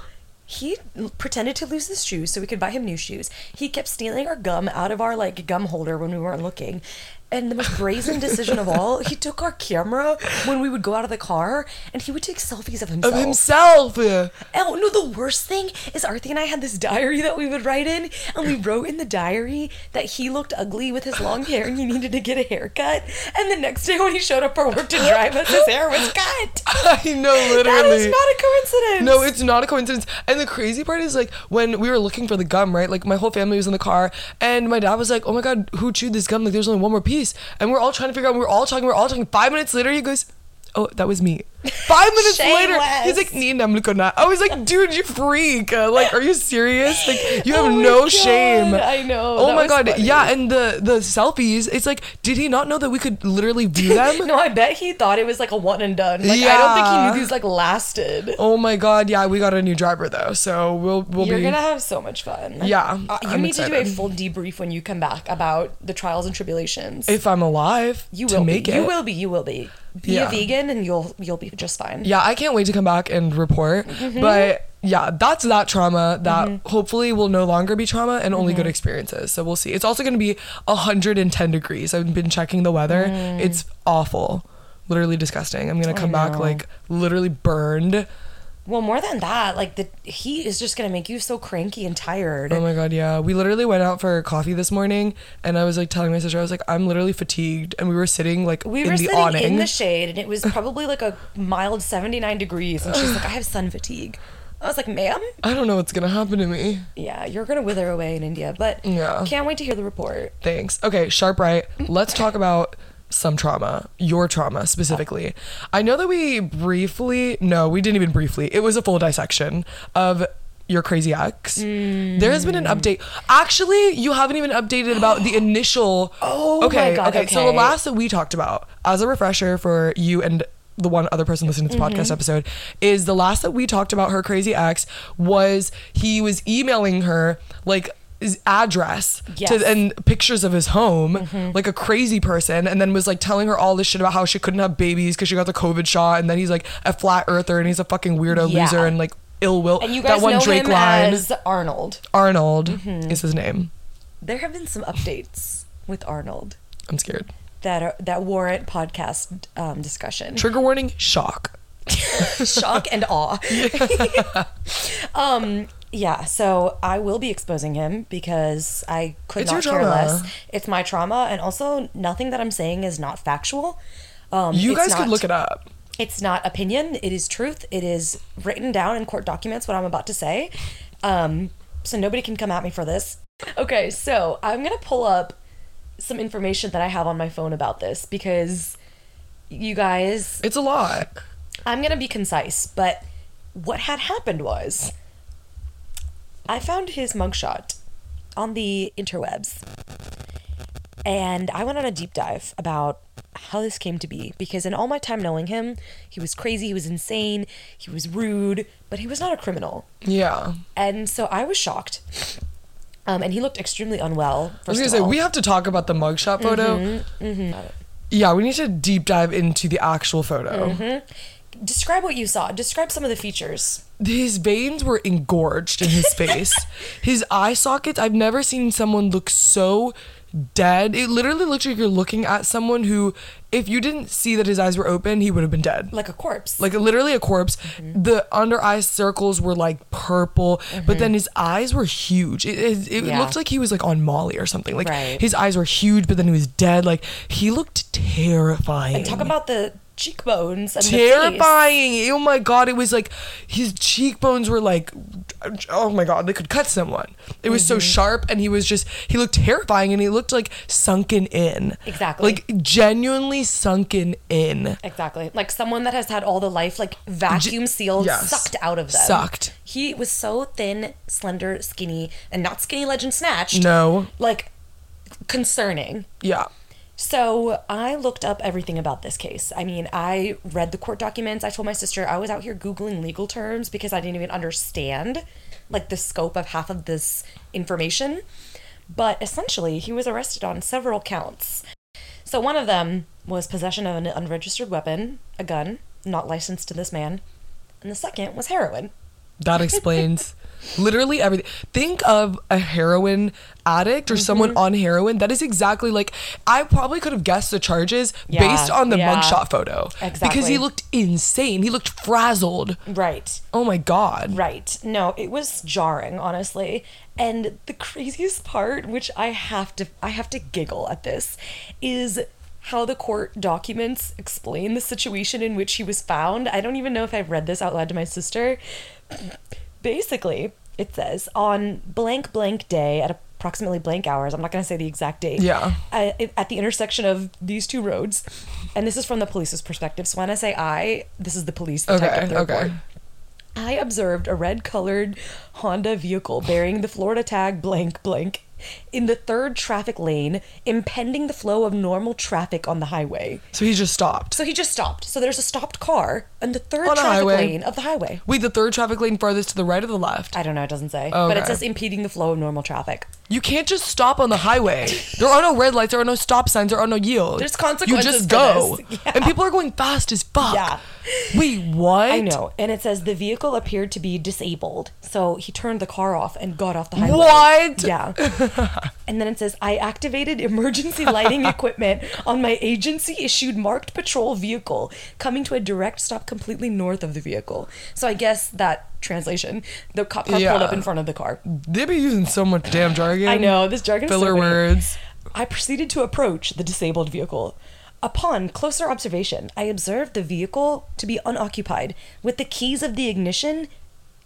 B: he pretended to lose his shoes so we could buy him new shoes. He kept stealing our gum out of our like gum holder when we weren't looking. And the most brazen decision of all, he took our camera when we would go out of the car, and he would take selfies of himself.
A: Of himself. eh.
B: Oh no! The worst thing is Arthur and I had this diary that we would write in, and we wrote in the diary that he looked ugly with his long hair and he needed to get a haircut. And the next day when he showed up for work to drive us, his hair was cut.
A: I know, literally.
B: That is not a coincidence.
A: No, it's not a coincidence. And the crazy part is like when we were looking for the gum, right? Like my whole family was in the car, and my dad was like, "Oh my god, who chewed this gum? Like there's only one more piece." And we're all trying to figure out. We're all talking. We're all talking. Five minutes later, he goes. Oh, that was me. Five minutes later, he's
B: Shameless.
A: like, "Nee, nam luko na." I was like, "Dude, you freak! Uh, like, are you serious? Like, you have
B: Oh my
A: no
B: God,
A: shame."
B: I know,
A: Oh
B: that
A: my
B: was
A: god,
B: funny.
A: yeah. And the the selfies. It's like, did he not know that we could literally view them?
B: No, I bet he thought it was like a one and done. Like I don't think
A: Yeah.
B: he knew these like lasted.
A: Oh my god, yeah, we got a new driver though, so we'll we'll
B: You're
A: be.
B: gonna have so much fun.
A: Yeah,
B: Uh, you
A: I'm
B: need to do a
A: excited.
B: full debrief when you come back about the trials and tribulations.
A: if I'm alive,
B: you
A: to
B: will
A: make
B: be.
A: it.
B: You will be. You will be. Be
A: Yeah.
B: a vegan, and you'll you'll be just fine.
A: Yeah, I can't wait to come back and report.
B: Mm-hmm.
A: But yeah, that's that trauma that hopefully will no longer be trauma and only
B: Mm-hmm.
A: good experiences. So we'll see. It's also going to be 110 degrees. I've been checking the weather.
B: Mm.
A: It's awful. Literally disgusting. I'm going to come back like literally burned.
B: Well, more than that, like the heat is just gonna make you so cranky and tired.
A: Oh my god, yeah. We literally went out for coffee this morning, and I was like telling my sister, I was like, I'm literally fatigued, and we were sitting like
B: we
A: in
B: were
A: the
B: sitting
A: awning.
B: in the shade, and it was probably like a mild seventy-nine degrees, and she's like, "I have sun fatigue." I was like, "Ma'am,
A: I don't know what's gonna happen to me.
B: yeah, you're gonna wither away in India, but
A: Yeah.
B: can't wait to hear the report."
A: Thanks. Okay, sharp right. Let's talk about some trauma, your trauma specifically. I know that we briefly, no, we didn't even briefly, it was a full dissection of your crazy ex.
B: Mm.
A: There has been an update. Actually, you haven't even updated about the initial.
B: Oh my God,
A: So the
B: okay.
A: last that we talked about, as a refresher for you and the one other person listening to this
B: Mm-hmm.
A: podcast episode, is the last that we talked about her crazy ex was he was emailing her like his address
B: Yes. Mm-hmm.
A: to, and pictures of his home like a crazy person and then was like telling her all this shit about how she couldn't have babies because she got the covid shot and then he's like a flat earther and he's a fucking weirdo
B: Yeah.
A: loser and like ill will
B: And you
A: that
B: guys
A: one
B: know
A: drake
B: him
A: line
B: as Mm-hmm. Arnold.
A: arnold is his name
B: There have been some updates with Arnold
A: i'm scared
B: that are, that warrant podcast um, discussion.
A: trigger warning shock
B: shock and awe. um, yeah, so I will be exposing him because I could
A: It's
B: not
A: your
B: care
A: trauma.
B: less. It's my trauma, and also nothing that I'm saying is not factual. Um,
A: you
B: it's
A: guys
B: not,
A: could look it up
B: It's not opinion. It is truth. It is written down in court documents what I'm about to say. Um, so nobody can come at me for this. Okay, so I'm gonna pull up some information that I have on my phone about this because you guys
A: it's a lot
B: I'm going to be concise, but what had happened was I found his mugshot on the interwebs. And I went on a deep dive about how this came to be because in all my time knowing him, he was crazy, he was insane, he was rude, but he was not a criminal.
A: yeah
B: And so I was shocked. Um, and he looked extremely unwell. First
A: i was gonna
B: of
A: say
B: all. Mm-hmm,
A: we have to talk about the mugshot photo yeah we need to deep dive into the actual photo
B: Mm-hmm. Describe what you saw. Describe some of the features.
A: his veins were engorged in his face. his eye sockets, I've never seen someone look so dead. It literally looked like you're looking at someone who, if you didn't see that his eyes were open, he would have been dead.
B: Like a corpse.
A: Like literally a corpse.
B: Mm-hmm.
A: The under eye circles were like purple, but then his eyes were huge. It, it, it
B: Yeah.
A: looked like he was like on Molly or something. Like
B: Right.
A: his eyes were huge, but then he was dead. Like he looked terrifying
B: Talk about the cheekbones and the face.
A: terrifying. Oh my god, it was like his cheekbones were like oh my god, they could cut someone. It was
B: Mm-hmm.
A: so sharp and he was just he looked terrifying and he looked like sunken in.
B: Exactly.
A: Like genuinely sunken in.
B: Exactly. Like someone that has had all the life like vacuum sealed
A: yes.
B: sucked out of them.
A: Sucked.
B: He was so thin, slender, skinny, and not skinny legend snatched.
A: No.
B: Like concerning.
A: Yeah.
B: So I looked up everything about this case. I mean, I read the court documents. I told my sister I was out here Googling legal terms because I didn't even understand like the scope of half of this information. But essentially, he was arrested on several counts. So one of them was possession of an unregistered weapon, a gun, not licensed to this man. And the second was heroin.
A: That explains literally everything. Think of a heroin addict or
B: Mm-hmm.
A: someone on heroin. That is exactly like I probably could have guessed the charges
B: Yeah,
A: based on the
B: yeah.
A: mugshot photo. Because
B: Exactly.
A: he looked insane. He looked frazzled.
B: Right.
A: Oh my god.
B: Right. No, it was jarring, honestly. And the craziest part, which I have to I have to giggle at this, is how the court documents explain the situation in which he was found. I don't even know if I've read this out loud to my sister. Basically, it says on blank blank day at approximately blank hours. I'm not going to say the exact date.
A: Yeah.
B: Uh, at the intersection of these two roads. And this is from the police's perspective. So when I say I, this is the police that typed up
A: Okay,
B: the
A: okay.
B: report. I observed a red colored Honda vehicle bearing the Florida tag blank blank in the third traffic lane, impeding the flow of normal traffic on the highway.
A: So he just stopped.
B: So he just stopped. So there's a stopped car in the third
A: On a
B: traffic
A: highway.
B: lane of the highway.
A: Wait, the third traffic lane farthest to the right or the left?
B: I don't know, it doesn't say. But it
A: Okay.
B: says impeding the flow of normal traffic.
A: You can't just stop on the highway. There are no red lights, there are no stop signs, there are no yields.
B: There's
A: You
B: consequences
A: just
B: for
A: go.
B: this. Yeah.
A: And people are going fast as fuck.
B: Yeah.
A: Wait, what?
B: I know. And it says the vehicle appeared to be disabled. So he turned the car off and got off the highway.
A: What?
B: Yeah. And then it says, I activated emergency lighting equipment on my agency issued marked patrol vehicle, coming to a direct stop completely north of the vehicle. So I guess that translation, the cop car pulled
A: Yeah.
B: up in front of the car.
A: They be using so much damn jargon.
B: I know this jargon. is so
A: Filler
B: big.
A: words.
B: I proceeded to approach the disabled vehicle. Upon closer observation, I observed the vehicle to be unoccupied, with the keys of the ignition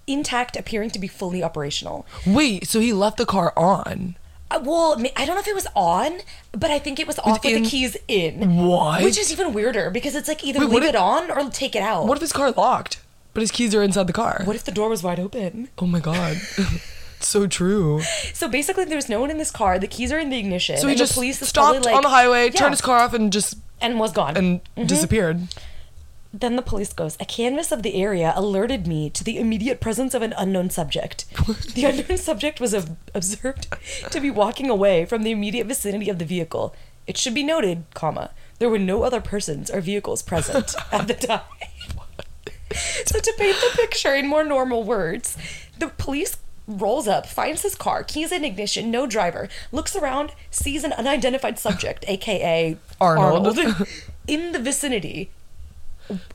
B: intact, appearing to be fully operational.
A: Wait, so he left the car on.
B: Uh, well, ma- I don't know if it was on, but I think it was off with
A: in-
B: the keys in.
A: What?
B: Which is even weirder because it's like either
A: Wait, what
B: leave
A: if-
B: it on or take it out.
A: What if his car locked, but his keys are inside the car?
B: what if the door was wide open?
A: Oh my god. so true.
B: So basically, there's no one in this car. The keys are in the ignition.
A: So he
B: and the
A: just
B: police is
A: stopped
B: probably, like-
A: on the highway,
B: Yeah, Mm-hmm.
A: turned his car off, and just
B: and was gone.
A: and disappeared.
B: Then the police goes, A canvas of the area alerted me to the immediate presence of an unknown subject. the unknown subject was ob- observed to be walking away from the immediate vicinity of the vehicle. It should be noted, comma, there were no other persons or vehicles present at the time. so to paint the picture in more normal words, the police rolls up, finds his car, keys in ignition, no driver, looks around, sees an unidentified subject, aka
A: Arnold.
B: Arnold in the vicinity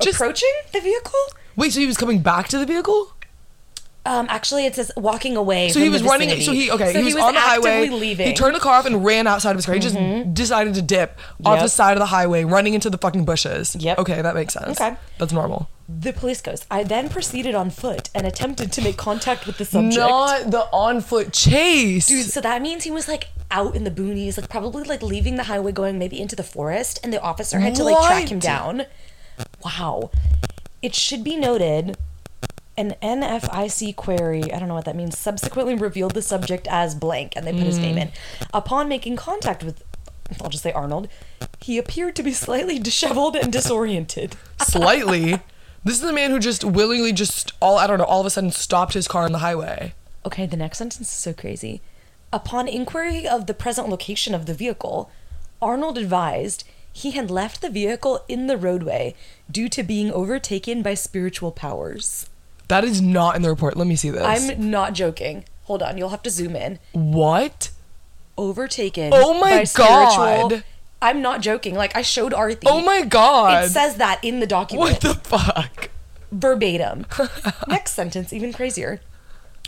A: Just-
B: approaching the vehicle.
A: Wait, so he was coming back to the vehicle?
B: Um, actually, it says walking away.
A: So
B: from
A: he was
B: the
A: running. So
B: vicinity.
A: he okay. he, was on the
B: actively
A: highway.
B: Leaving. Mm-hmm.
A: He turned the car off and ran outside of his car. He just decided to dip off
B: Yep.
A: the side of the highway, running into the fucking bushes.
B: Yep.
A: Okay, that makes sense.
B: Okay.
A: that's normal.
B: The police goes. I then proceeded on foot and attempted to make contact with the subject.
A: Not the on foot chase.
B: Dude, so that means he was like out in the boonies, like probably like leaving the highway, going maybe into the forest, and the officer had to like track him
A: What?
B: down. Wow. It should be noted an NFIC query, I don't know what that means, subsequently revealed the subject as blank, and they put his name in. Upon making contact with, I'll just say Arnold, he appeared to be slightly disheveled and disoriented.
A: Slightly. This is the man who just willingly just all I don't know all of a sudden stopped his car on the highway.
B: Okay, the next sentence is so crazy. Upon inquiry of the present location of the vehicle, Arnold advised he had left the vehicle in the roadway due to being overtaken by spiritual powers.
A: That is not in the report. Let me see this.
B: I'm not joking. Hold on, you'll have to zoom in.
A: what?
B: Overtaken.
A: Oh my
B: by spiritual-
A: God.
B: I'm not joking. Like I showed Arthi.
A: Oh my god.
B: It says that in the document.
A: what the fuck?
B: verbatim. Next sentence, even crazier.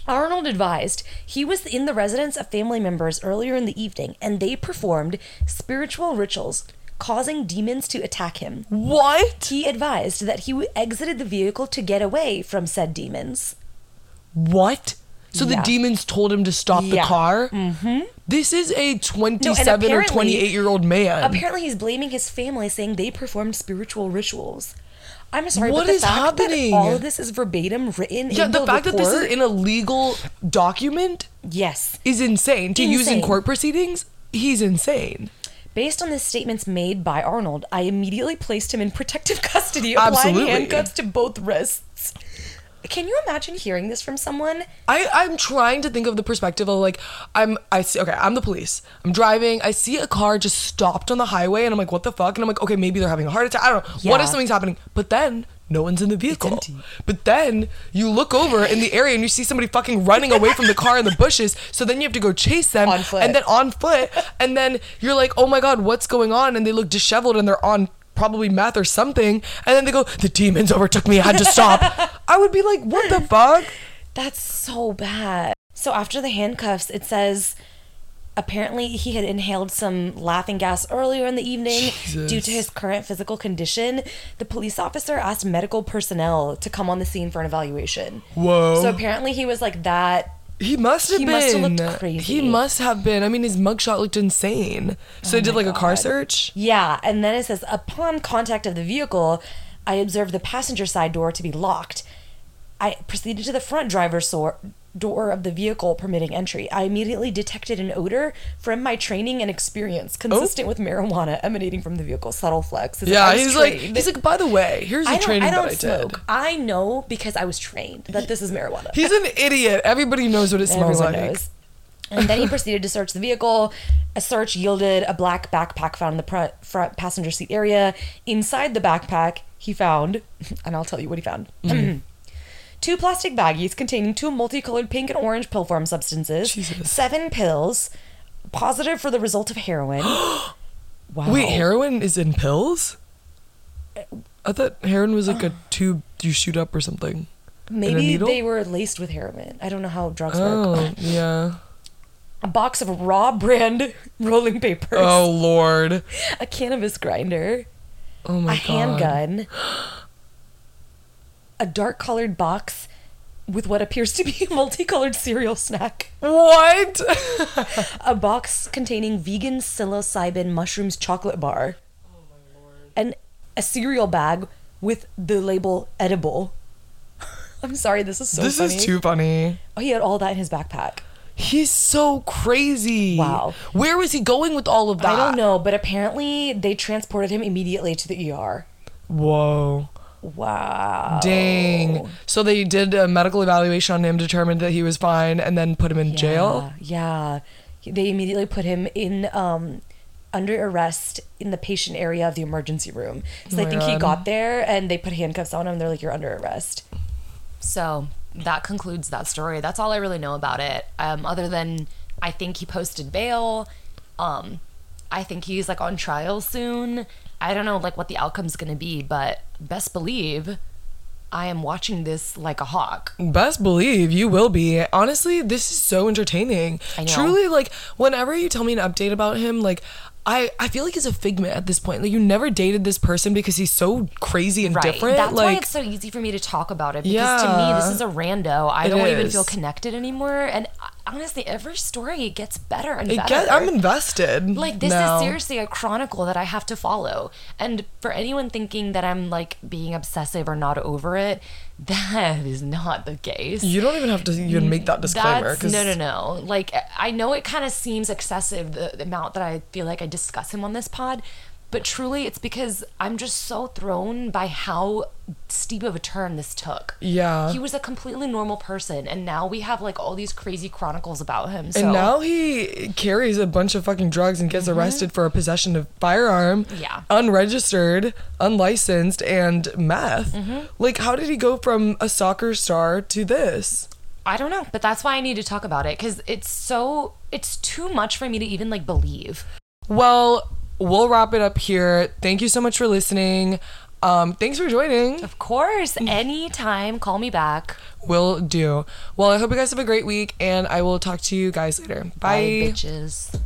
B: Arnold advised he was in the residence of family members earlier in the evening and they performed spiritual rituals, causing demons to attack him.
A: What?
B: He advised that he exited the vehicle to get away from said demons.
A: What? So
B: Yeah.
A: the demons told him to stop
B: Yeah.
A: the car? Mm-hmm. This is a 27 or
B: apparently-
A: 28 year old man.
B: Apparently, he's blaming his family, saying they performed spiritual rituals. I'm sorry,
A: What
B: but the
A: is
B: fact
A: happening?
B: that all of this is verbatim written
A: yeah,
B: in
A: the, fact that this
B: report-
A: is in a legal document
B: yes,
A: is insane. To use in
B: Insane.
A: court proceedings, he's insane.
B: Based on the statements made by Arnold, I immediately placed him in protective custody, applying
A: Absolutely.
B: handcuffs to both wrists. Can you imagine hearing this from someone?
A: I, I'm trying to think of the perspective of like I'm I see okay I'm the police I'm driving I see a car just stopped on the highway and I'm like what the fuck and I'm like okay maybe they're having a heart attack I don't know what
B: Yeah.
A: if something's happening but then no one's in the vehicle
B: empty.
A: but then you look over in the area and you see somebody fucking running away from the car in the bushes so then you have to go chase them
B: On foot.
A: and then on foot and then you're like oh my god what's going on and they look disheveled and they're on probably meth or something and then they go the demons overtook me I had to stop I would be like what the fuck
B: That's so bad. So after the handcuffs, it says apparently he had inhaled some laughing gas earlier in the evening due to his current physical condition. The police officer asked medical personnel to come on the scene for an evaluation.
A: Whoa.
B: So apparently he was like that
A: He must have
B: He
A: been.
B: must have looked crazy. Oh
A: He must have been. I mean, his mugshot looked insane. So they did like a car search.
B: Yeah, and then it says upon contact of the vehicle, I observed the passenger side door to be locked. I proceeded to the front driver's sor- door of the vehicle permitting entry. I immediately detected an odor from my training and experience consistent with marijuana emanating from the vehicle. Subtle flex. It's
A: Oh. Yeah,
B: I was
A: he's like,
B: trained.
A: he's like. By the way, here's
B: I
A: the
B: don't,
A: training
B: I don't
A: that I did.
B: smoke. I know because I was trained that this is marijuana.
A: He's an idiot. Everybody knows what it smells
B: Everyone
A: like.
B: knows. And then he proceeded to search the vehicle. A search yielded a black backpack found in the front, front passenger seat area. Inside the backpack, he found, and I'll tell you what he found.
A: Mm-hmm.
B: Two plastic baggies containing two multicolored pink and orange pill form substances,
A: Jesus.
B: seven pills, positive for the result of heroin. wow.
A: Wait, heroin is in pills? I thought heroin was like a tube you shoot up or something.
B: Maybe
A: needle?
B: they were laced with heroin. I don't know how drugs work.
A: Oh, yeah.
B: A box of raw brand rolling papers.
A: Oh, Lord.
B: A cannabis grinder.
A: Oh, my
B: a
A: God.
B: handgun, a dark colored box with what appears to be a multicolored cereal snack,
A: What?
B: a box containing vegan psilocybin mushrooms chocolate bar,
A: Oh,
B: and a cereal bag with the label edible. I'm sorry, this is so
A: this
B: funny.
A: is too funny.
B: oh, he had all that in his backpack.
A: He's so crazy.
B: Wow.
A: Where was he going with all of that?
B: I don't know, but apparently they transported him immediately to the ER.
A: Whoa.
B: Wow.
A: Dang. So they did a medical evaluation on him, determined that he was fine, and then put him in jail.
B: Yeah. yeah. They immediately put him in um under arrest in the patient area of the emergency room. So
A: Oh
B: they
A: my
B: think he
A: God.
B: got there and they put handcuffs on him. They're like, You're under arrest.
C: So that concludes that story. That's all I really know about it. Um, other than I think he posted bail. Um, I think he's like on trial soon. I don't know like what the outcome's gonna be, but best believe I am watching this like a hawk.
A: Best believe you will be. Honestly, this is so entertaining.
C: I know.
A: Truly, like whenever you tell me an update about him, like I, I feel like he's a figment at this point. Like you never dated this person because he's so crazy and
C: Right.
A: different.
C: That's why
A: like
C: it's so easy for me to talk about it because to
A: Yeah.
C: me this is a rando. I
A: It
C: don't even
A: is.
C: feel connected anymore. And uh, honestly, every story gets better and
A: it
C: better.
A: gets, I'm invested.
C: Like this
A: now.
C: is seriously a chronicle that I have to follow. And for anyone thinking that I'm like being obsessive or not over it, that is not the case.
A: You don't even have to even make that disclaimer.
C: That's, no, no, no. Like I know it kind of seems excessive the, the amount that I feel like I discuss him on this pod, but truly it's because I'm just so thrown by how steep of a turn this took.
A: Yeah.
C: He was a completely normal person and now we have like all these crazy chronicles about him. So Mm-hmm.
A: And now he carries a bunch of fucking drugs and gets arrested for a possession of firearm,
C: Yeah.
A: unregistered, unlicensed, and meth.
C: Mm-hmm.
A: Like, how did he go from a soccer star to this?
C: I don't know, but that's why I need to talk about it because it's so it's too much for me to even like believe.
A: Well, we'll wrap it up here. Thank you so much for listening. Um, thanks for joining.
C: Of course,
A: Mm.
C: anytime, call me back.
A: Will do. Well, I hope you guys have a great week, and I will talk to you guys later.
C: Bye,
A: Bye.
C: bitches.